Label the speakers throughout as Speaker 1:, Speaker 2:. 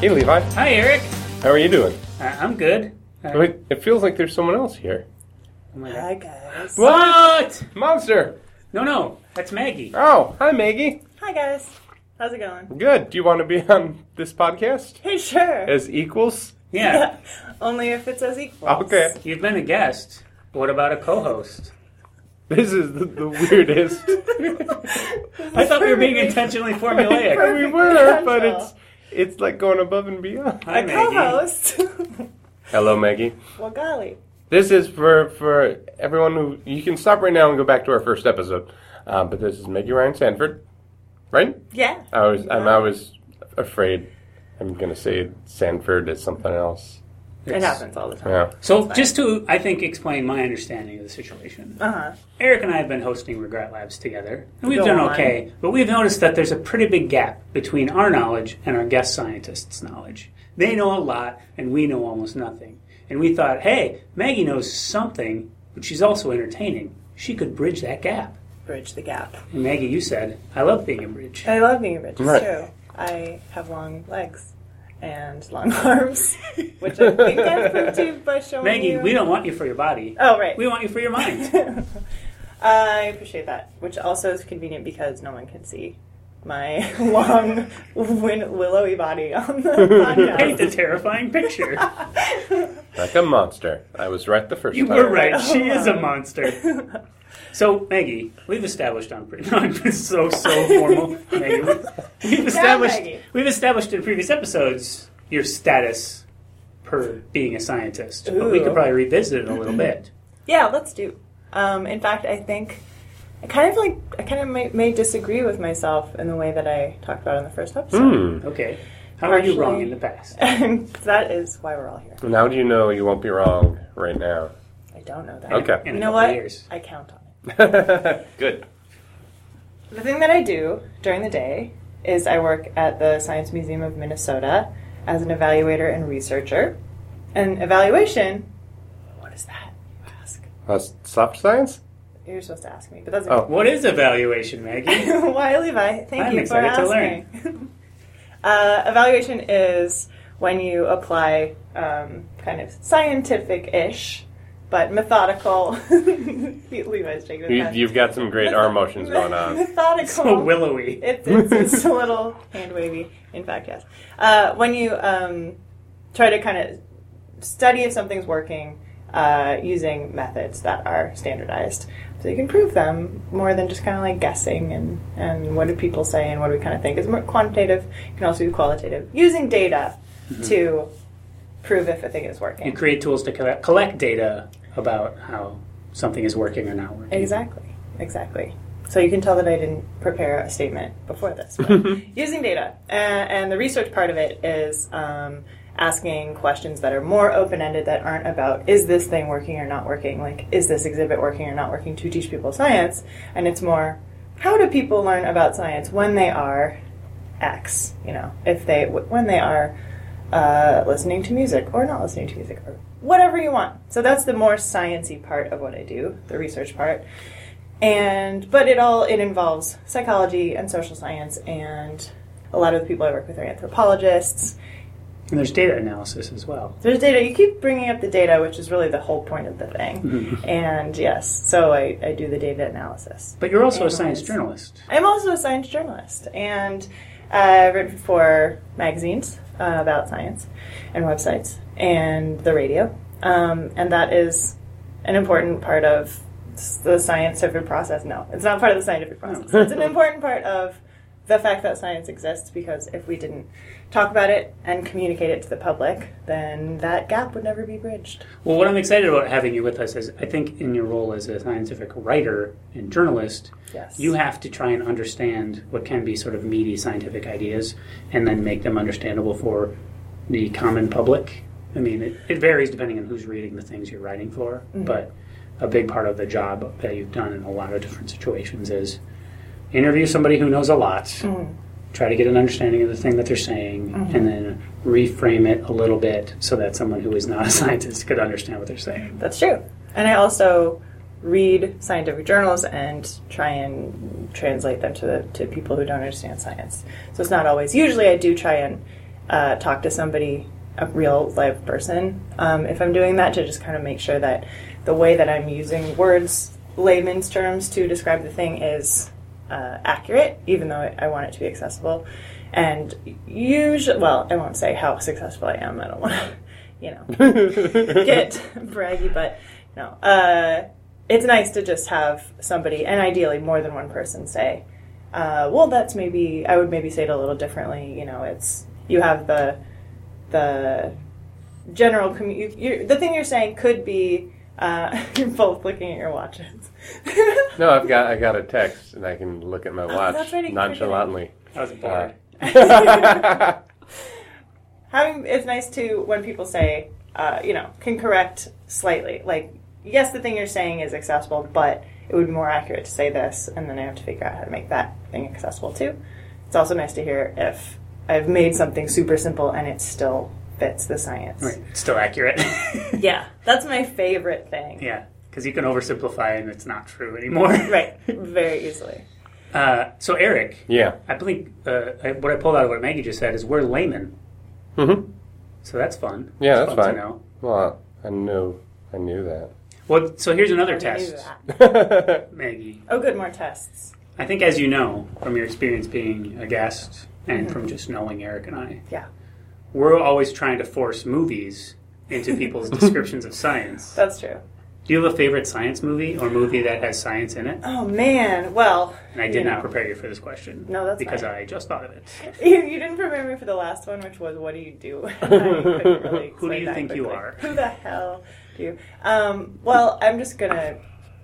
Speaker 1: Hey, Levi.
Speaker 2: Hi, Eric.
Speaker 1: How are you doing?
Speaker 2: I- I'm good. Uh,
Speaker 1: Wait, it feels like there's someone else here.
Speaker 2: oh my
Speaker 3: Hi
Speaker 2: God.
Speaker 3: guys.
Speaker 2: What?
Speaker 1: Monster!
Speaker 2: No, no, that's Maggie.
Speaker 1: Oh, hi, Maggie.
Speaker 3: Hi guys. How's it going?
Speaker 1: Good. Do you want to be on this podcast
Speaker 3: Hey, sure.
Speaker 1: as equals?
Speaker 2: Yeah,
Speaker 3: Only if it's as equal.
Speaker 1: Okay.
Speaker 2: you've been a guest. What about a co-host?
Speaker 1: This is the, the weirdest.
Speaker 2: I thought we were being intentionally formulaic.
Speaker 1: we were, but it's it's like going above and beyond.
Speaker 2: Hi,
Speaker 3: A
Speaker 2: Maggie.
Speaker 3: co-host.
Speaker 1: Hello, Maggie.
Speaker 3: well, golly.
Speaker 1: This is for for everyone who you can stop right now and go back to our first episode. Uh, but this is Maggie Ryan Sanford, right?
Speaker 3: Yeah.
Speaker 2: Oh.
Speaker 1: I was I'm always afraid I'm gonna say Sanford is something else.
Speaker 3: It happens all the time.
Speaker 1: Yeah.
Speaker 2: So, just to, I think, explain my understanding of the situation.
Speaker 3: Uh huh.
Speaker 2: Eric and I have been hosting Regret Labs together, and we've
Speaker 3: Go
Speaker 2: done
Speaker 3: on.
Speaker 2: okay, but we've noticed that there's a pretty big gap between our knowledge and our guest scientists' knowledge. They know a lot, and we know almost nothing. And we thought, hey, Maggie knows something, but she's also entertaining. She could bridge that gap.
Speaker 3: Bridge the gap.
Speaker 2: And Maggie, you said, I love being a bridge.
Speaker 3: I love being a bridge. It's
Speaker 1: Right.
Speaker 3: true. I have long legs and long arms, which I think I've proved by showing
Speaker 2: Maggie,
Speaker 3: you.
Speaker 2: we don't want you for your body.
Speaker 3: Oh right.
Speaker 2: We want you for your mind.
Speaker 3: I appreciate that, which also is convenient because no one can see my long, win- willowy body on the
Speaker 2: Paint a
Speaker 3: podcast.
Speaker 2: terrifying picture.
Speaker 1: Like a monster. I was right the first
Speaker 2: You
Speaker 1: time.
Speaker 2: were right. She is a monster. So, Maggie, we've established on pre- no, I'm so so formal. Maggie, we've established
Speaker 3: Maggie.
Speaker 2: we've established in previous episodes your status per being a scientist, but we
Speaker 3: Ooh.
Speaker 2: could probably revisit it a little bit.
Speaker 3: yeah, let's do. Um, in fact, I think I kind of like I kind of may, may disagree with myself in the way that I talked about in the first episode.
Speaker 1: Hmm.
Speaker 2: Okay, how are you
Speaker 3: Actually-
Speaker 2: wrong in the past?
Speaker 3: And that is why we're all here.
Speaker 1: And how do you know you won't be wrong right now?
Speaker 3: I don't know that.
Speaker 1: Okay.
Speaker 2: In a
Speaker 3: You know
Speaker 2: couple
Speaker 3: what?
Speaker 2: Years.
Speaker 3: I count on it.
Speaker 1: Good.
Speaker 3: The thing that I do during the day is I work at the Science Museum of Minnesota as an evaluator and researcher. And evaluation, what is that? you Ask.
Speaker 1: That's Uh, soft science?
Speaker 3: You're supposed to ask me, but that's
Speaker 1: Oh.
Speaker 2: What is evaluation, Maggie?
Speaker 3: Why, Levi? Thank
Speaker 2: I'm
Speaker 3: you for
Speaker 2: excited to learn.
Speaker 3: asking. uh, evaluation is when you apply um, kind of scientific-ish, but methodical. Levi's shaking his
Speaker 1: You,
Speaker 3: head.
Speaker 1: you've got some great arm motions going on.
Speaker 3: Methodical.
Speaker 2: so willowy.
Speaker 3: It's, it's, it's a little hand wavy, in fact, yes. Uh, when you um, try to kind of study if something's working uh, using methods that are standardized, so you can prove them more than just kind of like guessing and, and what do people say and what do we kind of think. It's more quantitative, you can also do qualitative, using data to prove if a thing is working.
Speaker 2: Mm-hmm. You create tools to collect, collect data about how something is working or not working.
Speaker 3: Exactly. Exactly. So you can tell that I didn't prepare a statement before this. but using data uh, and the research part of it is um, asking questions that are more open-ended that aren't about is this thing working or not working, like is this exhibit working or not working to teach people science, and it's more how do people learn about science when they are X, you know, if they when they are uh, listening to music or not listening to music or whatever you want. So that's the more sciency part of what I do, the research part. And but it all it involves psychology and social science and a lot of the people I work with are anthropologists.
Speaker 2: And there's data analysis as well.
Speaker 3: There's data. You keep bringing up the data, which is really the whole point of the thing. and yes, so I, I do the data analysis.
Speaker 2: But you're also a science
Speaker 3: Analyze.
Speaker 2: journalist.
Speaker 3: I'm also a science journalist, and uh, I've written for magazines uh, about science and websites and the radio. Um, and that is an important part of s- the scientific process. No, it's not part of the scientific process. it's an important part of the fact that science exists because if we didn't talk about it and communicate it to the public, then that gap would never be bridged.
Speaker 2: Well, what I'm excited about having you with us is I think in your role as a scientific writer and journalist,
Speaker 3: Yes.
Speaker 2: you have to try and understand what can be sort of meaty scientific ideas and then make them understandable for the common public. I mean, it, it varies depending on who's reading the things you're writing for, but a big part of the job that you've done in a lot of different situations is interview somebody who knows a lot, try to get an understanding of the thing that they're saying, and then reframe it a little bit so that someone who is not a scientist could understand what they're saying.
Speaker 3: That's true. And I also read scientific journals and try and translate them to the, to people who don't understand science. So it's not always. Usually, I do try and uh, talk to somebody, a real live person, um, if I'm doing that, to just kind of make sure that the way that I'm using words, layman's terms to describe the thing is uh, accurate, even though I, I want it to be accessible. And usually, well, I won't say how successful I am. I don't want to, you know, get braggy, but no. Uh, it's nice to just have somebody, and ideally more than one person, say, uh, "Well, that's maybe." I would maybe say it a little differently. You know, it's you have the the general commu- you, you, the thing you're saying could be. Uh, you're both looking at your watches.
Speaker 1: No, I've got I got a text and I can look at my watch
Speaker 3: Ah, that's right, I can forget it.
Speaker 1: nonchalantly.
Speaker 2: I was bored. Uh,
Speaker 3: having it's nice to when people say uh, you know can correct slightly like yes the thing you're saying is accessible but it would be more accurate to say this and then i have to figure out how to make that thing accessible too it's also nice to hear if i've made something super simple and it still fits the science
Speaker 2: Right. It's still accurate.
Speaker 3: yeah that's my favorite thing
Speaker 2: yeah, because you can oversimplify and it's not true anymore.
Speaker 3: right very easily
Speaker 2: Uh, so Eric,
Speaker 1: yeah.
Speaker 2: I think uh, I, what I pulled out of what Maggie just said is we're laymen,
Speaker 1: Mm-hmm.
Speaker 2: so that's fun.
Speaker 1: Yeah, that's
Speaker 2: It's fun
Speaker 1: fine.
Speaker 2: To know.
Speaker 1: Well, I knew I knew that.
Speaker 2: Well, so here's another
Speaker 3: I knew
Speaker 2: test,
Speaker 3: that.
Speaker 2: Maggie.
Speaker 3: oh good more tests
Speaker 2: I think, as you know from your experience being a guest and
Speaker 3: Mm-hmm.
Speaker 2: from just knowing Eric and I,
Speaker 3: yeah
Speaker 2: we're always trying to force movies into people's descriptions of science.
Speaker 3: that's true
Speaker 2: Do you have a favorite science movie or movie that has science in it?
Speaker 3: oh man well
Speaker 2: And I did
Speaker 3: you
Speaker 2: not
Speaker 3: know.
Speaker 2: prepare you for this question.
Speaker 3: No, that's
Speaker 2: because
Speaker 3: fine.
Speaker 2: I just thought of it.
Speaker 3: You, you didn't prepare me for the last one, which was what do you do? I couldn't really
Speaker 2: Who do
Speaker 3: explain
Speaker 2: you
Speaker 3: that
Speaker 2: think you
Speaker 3: quickly.
Speaker 2: are?
Speaker 3: Who the hell do you? Um, well, I'm just gonna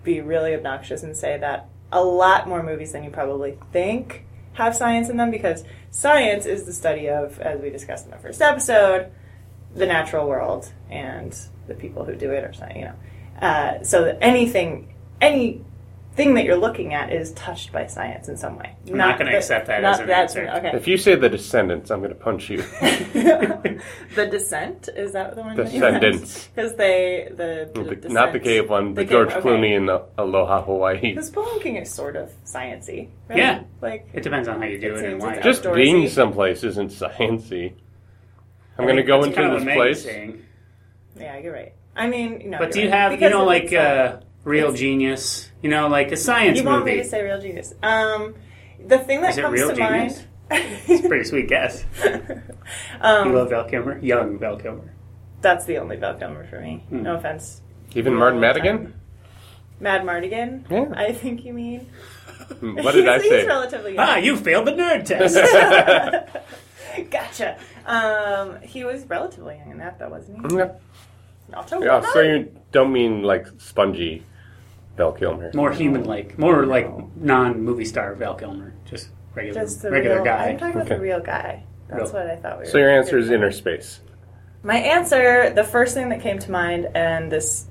Speaker 3: be really obnoxious and say that a lot more movies than you probably think have science in them because science is the study of, as we discussed in the first episode, the natural world and the people who do it or something. You know, uh, so that anything, any thing that you're looking at is touched by science in some way.
Speaker 2: I'm not gonna accept that as an
Speaker 3: that's-
Speaker 2: answer.
Speaker 3: Okay.
Speaker 1: If you say the descendants, I'm gonna punch you.
Speaker 3: the Descent is that the one?
Speaker 1: Descendants.
Speaker 3: Because they the, the
Speaker 1: The-
Speaker 3: Descent.
Speaker 1: not the cave one,
Speaker 3: The
Speaker 1: but
Speaker 3: cave-
Speaker 1: George
Speaker 3: okay.
Speaker 1: Clooney in the Aloha Hawaii.
Speaker 3: Because King is sort of sciency, right?
Speaker 2: Yeah.
Speaker 3: Like
Speaker 2: It depends on how you do
Speaker 3: It
Speaker 2: it, and
Speaker 3: seems
Speaker 2: why.
Speaker 3: it's
Speaker 1: Just
Speaker 3: outdoorsy.
Speaker 1: being someplace isn't sciency. I'm gonna
Speaker 2: That's
Speaker 1: go
Speaker 2: kinda
Speaker 1: into
Speaker 2: what
Speaker 1: this
Speaker 2: Meg's
Speaker 1: place.
Speaker 2: saying.
Speaker 3: yeah, you're right. I mean, you know.
Speaker 2: But do
Speaker 3: you're
Speaker 2: you
Speaker 3: right.
Speaker 2: have you
Speaker 3: Because
Speaker 2: know
Speaker 3: if
Speaker 2: like
Speaker 3: it's, uh,
Speaker 2: uh, real genius? You know, like a science
Speaker 3: you want me
Speaker 2: movie.
Speaker 3: to say real genius? Um, the thing that
Speaker 2: Is it
Speaker 3: comes
Speaker 2: Real
Speaker 3: to
Speaker 2: Genius?
Speaker 3: mind.
Speaker 2: Pretty sweet guess.
Speaker 3: um,
Speaker 2: you love Val Kilmer, young Val Kilmer.
Speaker 3: that's the only Val Kilmer for me.
Speaker 2: Hmm.
Speaker 3: No offense,
Speaker 1: Even Martin
Speaker 3: All the
Speaker 1: Madigan?
Speaker 3: Mad Mardigan.
Speaker 1: Yeah.
Speaker 3: I think you mean.
Speaker 1: Hmm, What did I
Speaker 3: He's-
Speaker 1: say?
Speaker 3: He's relatively young.
Speaker 2: Ah, you failed the nerd test.
Speaker 3: gotcha. Um, he was relatively young in that, though, wasn't he?
Speaker 1: Yeah. Mm,
Speaker 3: Also,
Speaker 1: Mm-hmm. Yeah, so you don't mean like spongy Val Kilmer.
Speaker 2: more human-like, more like non-movie star Val Kilmer, just regular
Speaker 3: just the
Speaker 2: regular
Speaker 3: real,
Speaker 2: guy.
Speaker 3: I'm talking about the
Speaker 1: Okay.
Speaker 3: real guy.
Speaker 2: Real.
Speaker 3: That's what I thought we were.
Speaker 1: So your answer is inner space.
Speaker 3: My answer, the first thing that came to mind, and this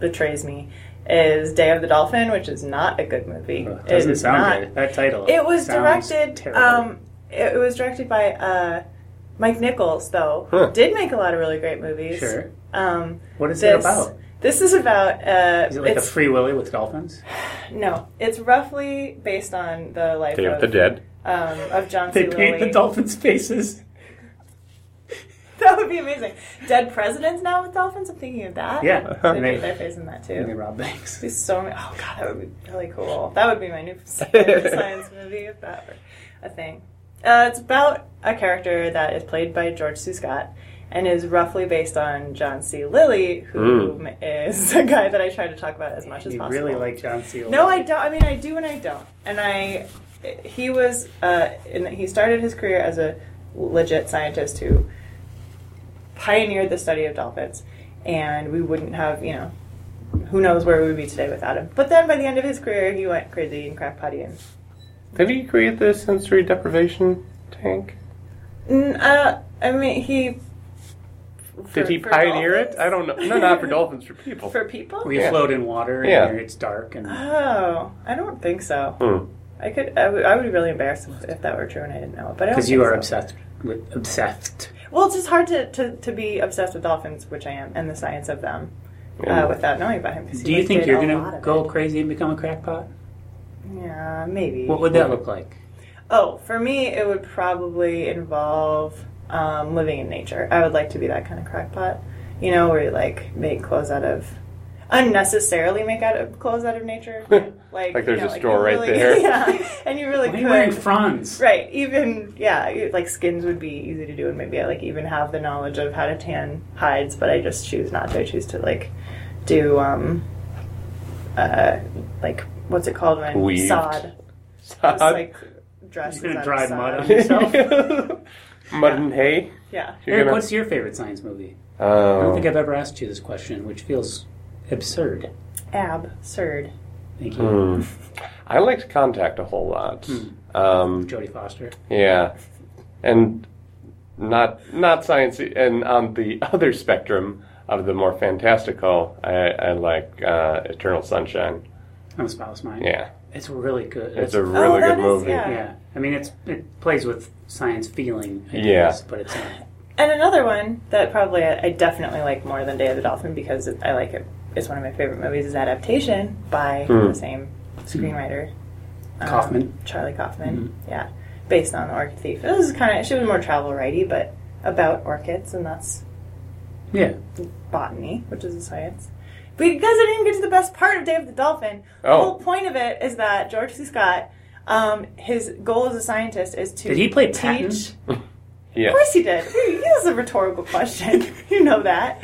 Speaker 3: betrays me, is Day of the Dolphin, which is not a good movie.
Speaker 2: Ugh,
Speaker 3: it
Speaker 2: doesn't
Speaker 3: is
Speaker 2: sound
Speaker 3: not.
Speaker 2: good. That title.
Speaker 3: It was
Speaker 2: sounds
Speaker 3: directed.
Speaker 2: terrible.
Speaker 3: Um, it, it was directed by uh, Mike Nichols, though,
Speaker 1: Huh.
Speaker 3: who did make a lot of really great movies.
Speaker 2: sure.
Speaker 3: Um,
Speaker 2: What is it
Speaker 3: this,
Speaker 2: about?
Speaker 3: This is about. Uh,
Speaker 2: Is it like a
Speaker 3: it's-
Speaker 2: free willy with dolphins?
Speaker 3: No, it's roughly based on the life
Speaker 1: Day
Speaker 3: of,
Speaker 1: of the Dead.
Speaker 3: Um, of John
Speaker 2: They
Speaker 3: C.
Speaker 2: paint the
Speaker 3: Lilly.
Speaker 2: dolphins' faces.
Speaker 3: that would be amazing. Dead presidents now with dolphins. I'm thinking of that.
Speaker 2: Yeah,
Speaker 3: they
Speaker 2: and
Speaker 3: paint
Speaker 2: they,
Speaker 3: their face in that
Speaker 2: and they
Speaker 3: too.
Speaker 2: rob banks.
Speaker 3: Be so. ma- Oh god, that would be really cool. That would be my new favorite science movie if that were a thing. Uh, it's about a character that is played by George C. Scott and is roughly based on John C. Lilly, who is
Speaker 1: Hmm.
Speaker 3: a guy that I try to talk about as much as
Speaker 2: You
Speaker 3: possible.
Speaker 2: really like John Seal.
Speaker 3: No, I don't. I mean, I do and I don't. And I, he was, uh, in, he started his career as a legit scientist who pioneered the study of dolphins. And we wouldn't have, you know, who knows where we would be today without him. But then by the end of his career, he went crazy and crackpotty and.
Speaker 1: Did he create the sensory deprivation tank?
Speaker 3: Mm, uh, I mean, he.
Speaker 1: Did
Speaker 3: for-
Speaker 1: he
Speaker 3: for
Speaker 1: pioneer it?
Speaker 3: dolphins?
Speaker 1: I don't know. No, not for dolphins, for people.
Speaker 3: For people?
Speaker 2: We
Speaker 1: Yeah.
Speaker 2: float in water
Speaker 1: Yeah.
Speaker 2: and it's dark and
Speaker 3: Oh, I don't think so.
Speaker 1: Hmm.
Speaker 3: I could. I would I would be really embarrassed if, if that were true and I didn't know it. But I don't
Speaker 2: because you
Speaker 3: think
Speaker 2: are
Speaker 3: so.
Speaker 2: obsessed with obsessed.
Speaker 3: Well, it's just hard to, to, to be obsessed with dolphins, which I am, and the science of them
Speaker 1: Yeah.
Speaker 3: uh, without knowing about him. 'cause he,
Speaker 2: Do you
Speaker 3: like,
Speaker 2: think
Speaker 3: did
Speaker 2: you're
Speaker 3: a
Speaker 2: gonna
Speaker 3: lot of
Speaker 2: go
Speaker 3: it.
Speaker 2: crazy and become a crackpot?
Speaker 3: Yeah, maybe.
Speaker 2: What would that look like?
Speaker 3: oh, for me, it would probably involve um, living in nature. I would like to be that kind of crackpot, you know, where you like make clothes out of unnecessarily make out of clothes out of nature.
Speaker 1: Like
Speaker 3: Like, you
Speaker 1: there's
Speaker 3: know,
Speaker 1: a store
Speaker 3: you
Speaker 1: right
Speaker 3: really-
Speaker 1: there.
Speaker 3: Yeah, and you really
Speaker 2: Why are you wearing
Speaker 3: could.
Speaker 2: fronds?
Speaker 3: Right, even yeah, you- like skins would be easy to do, and maybe I like even have the knowledge of how to tan hides, but I just choose not to. I choose to like do um, uh, like what's it called when
Speaker 1: Weaved.
Speaker 3: sod,
Speaker 1: Sod.
Speaker 3: Just, like dresses
Speaker 2: You're gonna dry
Speaker 3: out of sod.
Speaker 2: mud on yourself.
Speaker 1: Mud and hay.
Speaker 3: Yeah,
Speaker 2: Eric,
Speaker 1: You're gonna-
Speaker 2: what's your favorite science movie? I don't think
Speaker 1: Oh.
Speaker 2: I've ever asked you this question, which feels absurd.
Speaker 3: absurd.
Speaker 2: Thank you,
Speaker 1: Hmm. I liked Contact a whole lot. Um,
Speaker 2: Jodie Foster.
Speaker 1: yeah, and not not science. And on the other spectrum of the more fantastical, I, I like uh, Eternal Sunshine.
Speaker 2: I'm a spouse mine.
Speaker 1: Yeah,
Speaker 2: It's really good.
Speaker 1: it's a really
Speaker 3: Oh, that
Speaker 1: good
Speaker 3: is-
Speaker 1: movie.
Speaker 3: yeah.
Speaker 2: yeah. I mean, it's it plays with science feeling. I
Speaker 1: Yeah.
Speaker 2: guess, but it's not.
Speaker 3: And another one that probably I I definitely like more than Day of the Dolphin because it, I like it. It's one of my favorite movies. Is adaptation by
Speaker 1: Hmm.
Speaker 3: the same screenwriter, um,
Speaker 2: Kaufman. Mm-hmm.
Speaker 3: Charlie Kaufman. Yeah, based on the Orchid Thief. This is kind of she was more travel writey, but about orchids, and that's
Speaker 2: Yeah.
Speaker 3: botany, which is a science. But you guys I didn't get to the best part of Day of the Dolphin.
Speaker 1: Oh.
Speaker 3: The whole point of it is that George C. Scott, um, his goal as a scientist is to
Speaker 2: Did he play
Speaker 3: teach.
Speaker 2: Patton?
Speaker 1: Yeah.
Speaker 3: Of course he did. That was a rhetorical question. you know that.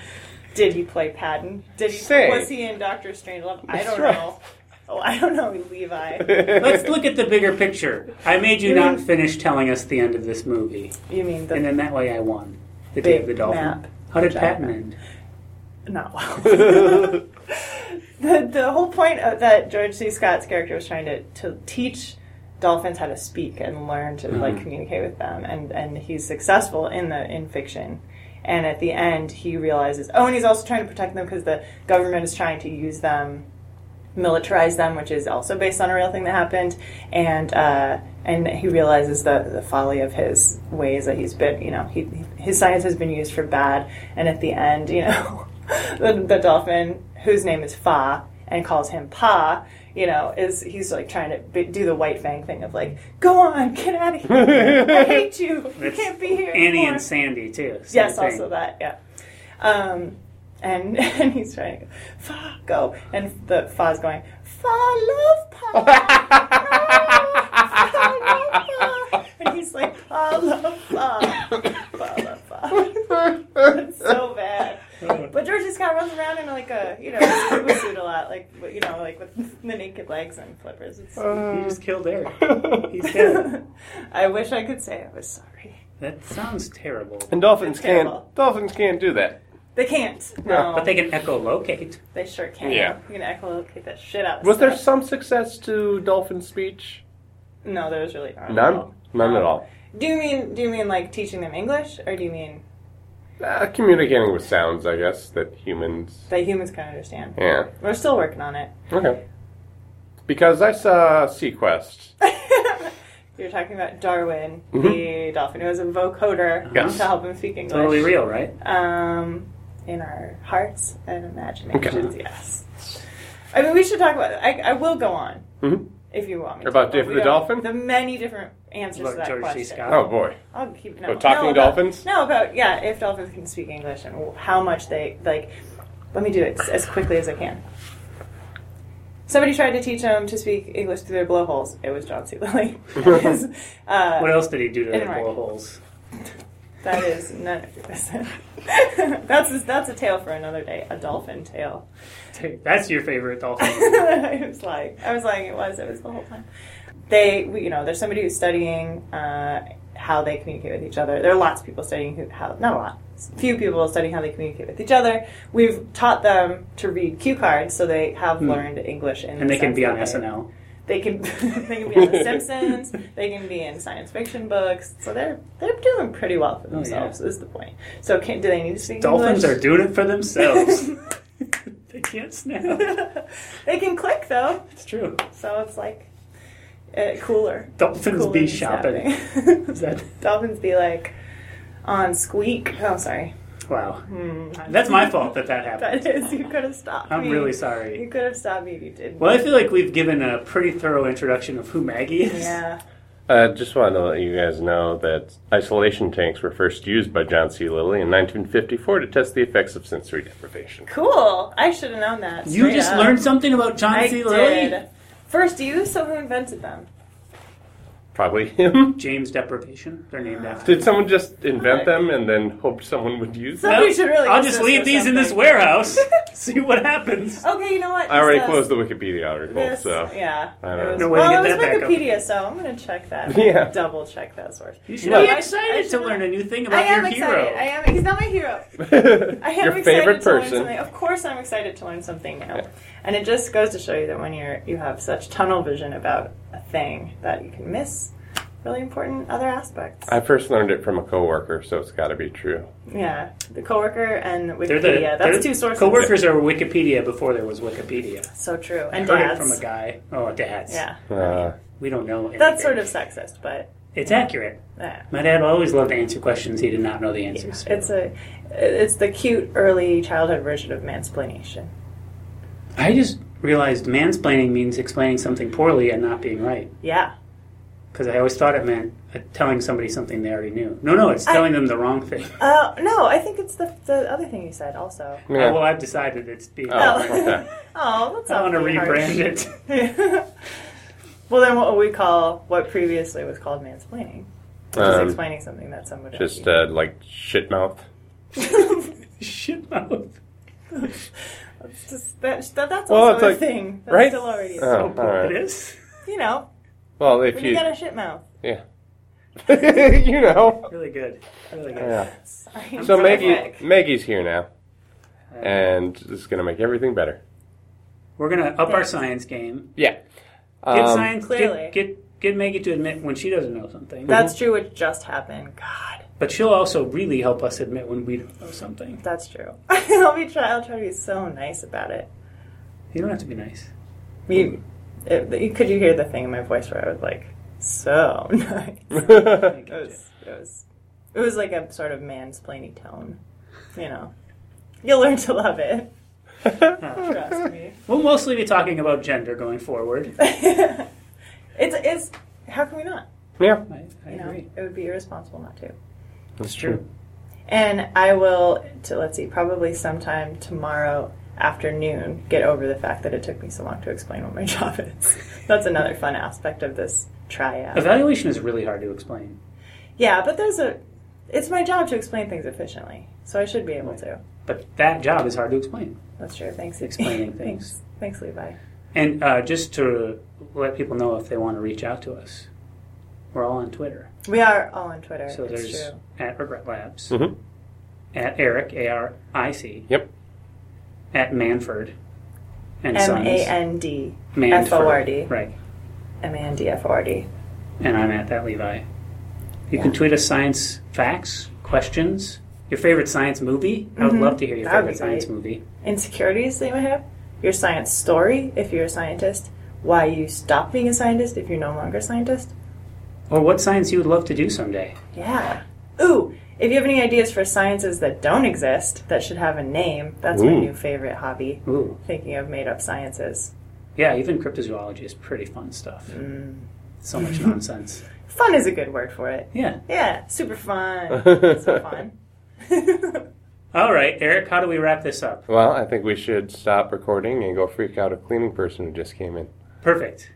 Speaker 3: Did he play Patton? Did he
Speaker 1: Say.
Speaker 3: was he in Doctor Strangelove? I
Speaker 1: That's
Speaker 3: don't
Speaker 1: right.
Speaker 3: know. Oh, I don't know, Levi.
Speaker 2: Let's look at the bigger picture. I made you not finish telling us the end of this movie,
Speaker 3: You mean the
Speaker 2: and then that way I won. The Day of the
Speaker 3: Big
Speaker 2: Dolphin.
Speaker 3: map.
Speaker 2: How did
Speaker 3: Giant
Speaker 2: Patton end?
Speaker 3: not well. the, the whole point of that George C. Scott's character was trying to, to teach dolphins how to speak and learn to like
Speaker 1: Mm-hmm.
Speaker 3: communicate with them, and, and he's successful in the in fiction. And at the end, he realizes. Oh, and he's also trying to protect them because the government is trying to use them, militarize them, which is also based on a real thing that happened. And uh, and he realizes the the folly of his ways that he's been. You know, he his science has been used for bad. And at the end, you know, the, the dolphin whose name is Fa and calls him Pa, you know, is he's like trying to b- do the white fang thing of like, go on, get out of here, I hate you, you
Speaker 2: That's
Speaker 3: can't be here.
Speaker 2: Annie
Speaker 3: anymore."
Speaker 2: and Sandy too. Same
Speaker 3: yes,
Speaker 2: thing.
Speaker 3: also that, yeah. Um, and and he's trying to go, Fa go, and the Fa's going, Fa love Pa. Fa, love, Pa." And he's like, fa love fa, fa love fa. It's so bad. But George just kind of runs around in like a you know scuba suit a lot, like you know like with the naked legs and flippers. It's,
Speaker 2: You just killed Eric. Oh, He's dead.
Speaker 3: I wish I could say I was sorry.
Speaker 2: That sounds terrible.
Speaker 1: and dolphins
Speaker 3: It's
Speaker 1: can't
Speaker 3: terrible.
Speaker 1: dolphins can't do that.
Speaker 3: They can't. No,
Speaker 2: But they can echolocate.
Speaker 3: they sure can.
Speaker 1: Yeah.
Speaker 3: you can echolocate that shit out. of
Speaker 1: Was there
Speaker 3: stuff.
Speaker 1: some success to dolphin speech?
Speaker 3: No, there was really not.
Speaker 1: None. None at all.
Speaker 3: Do you mean do you mean like teaching them English, or do you mean
Speaker 1: Uh, communicating with sounds, I guess, that humans.
Speaker 3: that humans can understand?
Speaker 1: Yeah.
Speaker 3: We're still working on it.
Speaker 1: Okay. Because I saw Sequest.
Speaker 3: You're talking about Darwin,
Speaker 1: Mm-hmm.
Speaker 3: the dolphin, who was a vocoder
Speaker 1: Yes.
Speaker 3: to help him speak English.
Speaker 2: Totally real, right?
Speaker 3: um, in our hearts and imaginations.
Speaker 1: Okay.
Speaker 3: Yes. I mean, we should talk about. I, I will go on
Speaker 1: Mhm.
Speaker 3: if you want me
Speaker 1: About
Speaker 3: to.
Speaker 1: Dave
Speaker 3: We
Speaker 1: the
Speaker 3: don't-
Speaker 1: dolphin?
Speaker 3: The many different answers
Speaker 2: About
Speaker 3: to that
Speaker 2: George C.
Speaker 3: question.
Speaker 2: Scott?
Speaker 1: Oh boy.
Speaker 3: I'll keep no.
Speaker 1: About talking
Speaker 3: no, about-
Speaker 1: dolphins?
Speaker 3: No, about yeah, if dolphins can speak English and how much they like. Let me do it as quickly as I can. Somebody tried to teach them to speak English through their blowholes. It was John C. Lilly. That is, uh,
Speaker 2: What else did he do to the
Speaker 3: Anyway.
Speaker 2: blowholes?
Speaker 3: that is none of your business. that's that's a tale for another day. A dolphin tale.
Speaker 2: That's your favorite dolphin.
Speaker 3: I was lying. I was lying. It was. It was the whole time. They, we, you know, there's somebody who's studying uh, how they communicate with each other. There are lots of people studying who, how, not a lot, few people studying how they communicate with each other. We've taught them to read cue cards, so they have learned English. In
Speaker 2: Hmm. and
Speaker 3: the
Speaker 2: they can
Speaker 3: sense
Speaker 2: be on
Speaker 3: that they-
Speaker 2: SNL.
Speaker 3: They can, they can be on The Simpsons. They can be in science fiction books. So they're they're doing pretty well for
Speaker 2: Oh, yeah.
Speaker 3: themselves. Is the point? So can, do they need to speak
Speaker 2: Dolphins
Speaker 3: English?
Speaker 2: are doing it for themselves. they can't snap.
Speaker 3: they can click though.
Speaker 2: It's true.
Speaker 3: So it's like uh, cooler.
Speaker 2: Dolphins
Speaker 3: cooler
Speaker 2: be
Speaker 3: than
Speaker 2: shopping.
Speaker 3: snapping.
Speaker 2: Is that
Speaker 3: Dolphins be like on squeak. Oh, sorry.
Speaker 2: wow?
Speaker 3: Hmm.
Speaker 2: That's my fault that that happened.
Speaker 3: That is, you could have stopped
Speaker 2: I'm
Speaker 3: me.
Speaker 2: really
Speaker 3: You
Speaker 2: sorry.
Speaker 3: could have stopped me if you didn't.
Speaker 2: Well, I feel like we've given a pretty thorough introduction of who Maggie is.
Speaker 3: Yeah.
Speaker 1: I Uh, just want to let you guys know that isolation tanks were first used by John C. Lilly in 1954 to test the effects of sensory deprivation.
Speaker 3: Cool. I should have known that.
Speaker 2: You
Speaker 3: straight
Speaker 2: just
Speaker 3: up.
Speaker 2: learned something about John
Speaker 3: I
Speaker 2: C. Lilly?
Speaker 3: did. First use, so who invented them?
Speaker 1: Probably him.
Speaker 2: James Deprivation. They're named
Speaker 3: Uh,
Speaker 2: after.
Speaker 1: Did someone just invent them and then hoped someone would use them?
Speaker 3: So- we should really
Speaker 2: I'll
Speaker 3: use
Speaker 2: just
Speaker 3: this
Speaker 2: leave
Speaker 3: for
Speaker 2: these in this
Speaker 3: something.
Speaker 2: warehouse. see what happens.
Speaker 3: Okay, you know what?
Speaker 1: I already
Speaker 3: This-
Speaker 1: closed the Wikipedia article,
Speaker 3: This,
Speaker 1: so.
Speaker 3: yeah.
Speaker 1: I don't
Speaker 3: It
Speaker 1: know.
Speaker 2: No
Speaker 3: was-
Speaker 2: way to
Speaker 3: well,
Speaker 2: get
Speaker 3: it
Speaker 2: that
Speaker 3: was
Speaker 2: back up.
Speaker 3: Wikipedia, so I'm going to check that.
Speaker 1: Yeah.
Speaker 3: Double check that source.
Speaker 2: You should
Speaker 1: No,
Speaker 2: be
Speaker 1: I-
Speaker 3: I
Speaker 2: excited
Speaker 3: should
Speaker 2: to
Speaker 3: not.
Speaker 2: learn a new thing
Speaker 3: I
Speaker 2: about
Speaker 3: am
Speaker 2: your
Speaker 3: excited.
Speaker 2: hero.
Speaker 3: I am. He's not my hero. I am
Speaker 1: Your
Speaker 3: excited
Speaker 1: favorite
Speaker 3: to learn
Speaker 1: person.
Speaker 3: something. Of course, I'm excited to learn something new, and it just goes to show you that when you're you have such tunnel vision about a thing that you can miss really important other aspects.
Speaker 1: I first learned it from a coworker, so it's got to be true.
Speaker 3: yeah, the coworker and Wikipedia.
Speaker 2: They're the
Speaker 3: That's
Speaker 2: they're-
Speaker 3: two sources.
Speaker 2: Coworkers are Wikipedia before there was Wikipedia.
Speaker 3: So true. And
Speaker 2: Heard
Speaker 3: dads.
Speaker 2: it from a guy. Oh, dads.
Speaker 3: Yeah,
Speaker 1: Uh,
Speaker 2: We don't know. Anything.
Speaker 3: that's sort of sexist, but
Speaker 2: It's accurate.
Speaker 3: yeah.
Speaker 2: My dad always loved to answer questions he did not know the answers. to.
Speaker 3: it's a it's the cute early childhood version of mansplaining.
Speaker 2: I just realized mansplaining means explaining something poorly and not being right.
Speaker 3: Yeah,
Speaker 2: Because I always thought it meant uh, telling somebody something they already knew. No, no, it's
Speaker 3: I-
Speaker 2: telling them the wrong thing.
Speaker 3: uh, no, I think it's the the other thing you said also.
Speaker 1: yeah.
Speaker 2: well, I've decided it's being.
Speaker 1: Oh,
Speaker 3: Oh.
Speaker 1: okay.
Speaker 3: Oh, that's
Speaker 2: I want to
Speaker 3: awfully harsh.
Speaker 2: rebrand it.
Speaker 3: well, then what we call what previously was called mansplaining, which
Speaker 1: Um,
Speaker 3: is explaining something that somebody
Speaker 1: Just uh, like shit mouth.
Speaker 2: Shit mouth.
Speaker 3: It's just- that, that- that's
Speaker 1: uh, Well,
Speaker 3: also
Speaker 1: it's
Speaker 3: a
Speaker 1: like-
Speaker 3: thing. That's
Speaker 1: right?
Speaker 3: still already. a-
Speaker 1: Oh, all
Speaker 2: Oh,
Speaker 1: right.
Speaker 2: it is.
Speaker 3: You know,
Speaker 1: Well, if
Speaker 3: when
Speaker 1: you,
Speaker 3: you got a shit mouth.
Speaker 1: yeah, you know,
Speaker 2: Really good. Really good.
Speaker 1: yeah.
Speaker 3: Sorry.
Speaker 1: So
Speaker 2: I'm
Speaker 1: Maggie,
Speaker 3: Sick.
Speaker 1: Maggie's here now,
Speaker 2: Uh,
Speaker 1: and this is gonna make everything better.
Speaker 2: we're gonna up our
Speaker 3: Thanks.
Speaker 2: science game.
Speaker 1: Yeah.
Speaker 2: Get
Speaker 1: Um,
Speaker 2: science.
Speaker 3: Clearly.
Speaker 2: Get, get get Maggie to admit when she doesn't know something.
Speaker 3: That's true. What just happened? God,
Speaker 2: but she'll also really help us admit when we don't know something.
Speaker 3: that's true. I'll be try. I'll try to be so nice about it.
Speaker 2: You don't have to be nice.
Speaker 3: You, it, you could you hear the thing in my voice where I was like, so nice.
Speaker 1: yeah.
Speaker 3: It was, it was, it was like a sort of mansplaining tone. You know, you'll learn to love it.
Speaker 1: Oh,
Speaker 3: Trust me.
Speaker 2: We'll mostly be talking about gender going forward.
Speaker 3: it's it's how can we not?
Speaker 2: I, I
Speaker 3: You know,
Speaker 2: agree.
Speaker 3: it would be irresponsible not to.
Speaker 1: that's true.
Speaker 3: And I will. To, let's see, probably sometime tomorrow afternoon. Get over the fact that it took me so long to explain what my job is. That's another fun aspect of this triad.
Speaker 2: Evaluation is really hard to explain.
Speaker 3: Yeah, but there's a. It's my job to explain things efficiently, so I should be able to.
Speaker 2: But that job is hard to explain.
Speaker 3: That's true. Thanks.
Speaker 2: Explaining
Speaker 3: Thanks.
Speaker 2: things.
Speaker 3: Thanks, Levi.
Speaker 2: And uh, just to let people know if they want to reach out to us, we're all on Twitter.
Speaker 3: We are all on Twitter.
Speaker 2: So
Speaker 3: it's
Speaker 2: there's
Speaker 3: true.
Speaker 2: at Regret Labs,
Speaker 1: hmm
Speaker 2: at Eric, A R I C,
Speaker 1: Yep.
Speaker 2: at Manford, and
Speaker 3: M A
Speaker 2: Sons.
Speaker 3: N D
Speaker 2: Manford.
Speaker 3: F O R D.
Speaker 2: Right.
Speaker 3: M A N D F O R D.
Speaker 2: And I'm at that Levi. You can tweet us science facts, questions, your favorite science movie. I would love to hear your
Speaker 3: Mm-hmm. That
Speaker 2: favorite
Speaker 3: would be
Speaker 2: science
Speaker 3: great.
Speaker 2: movie.
Speaker 3: Insecurities that you might have. Your science story, if you're a scientist. Why you stop being a scientist if you're no longer a scientist.
Speaker 2: Or what science you would love to do someday.
Speaker 3: Yeah. Ooh, if you have any ideas for sciences that don't exist that should have a name, that's my
Speaker 1: Ooh.
Speaker 3: new favorite hobby.
Speaker 2: Ooh.
Speaker 3: Thinking of made up sciences.
Speaker 2: Yeah, even cryptozoology is pretty fun stuff. So much nonsense.
Speaker 3: Mm. Fun is a good word for it.
Speaker 2: Yeah.
Speaker 3: Yeah, super fun. so fun.
Speaker 2: All right, Eric, how do we wrap this up?
Speaker 1: Well, I think we should stop recording and go freak out a cleaning person who just came in.
Speaker 2: Perfect.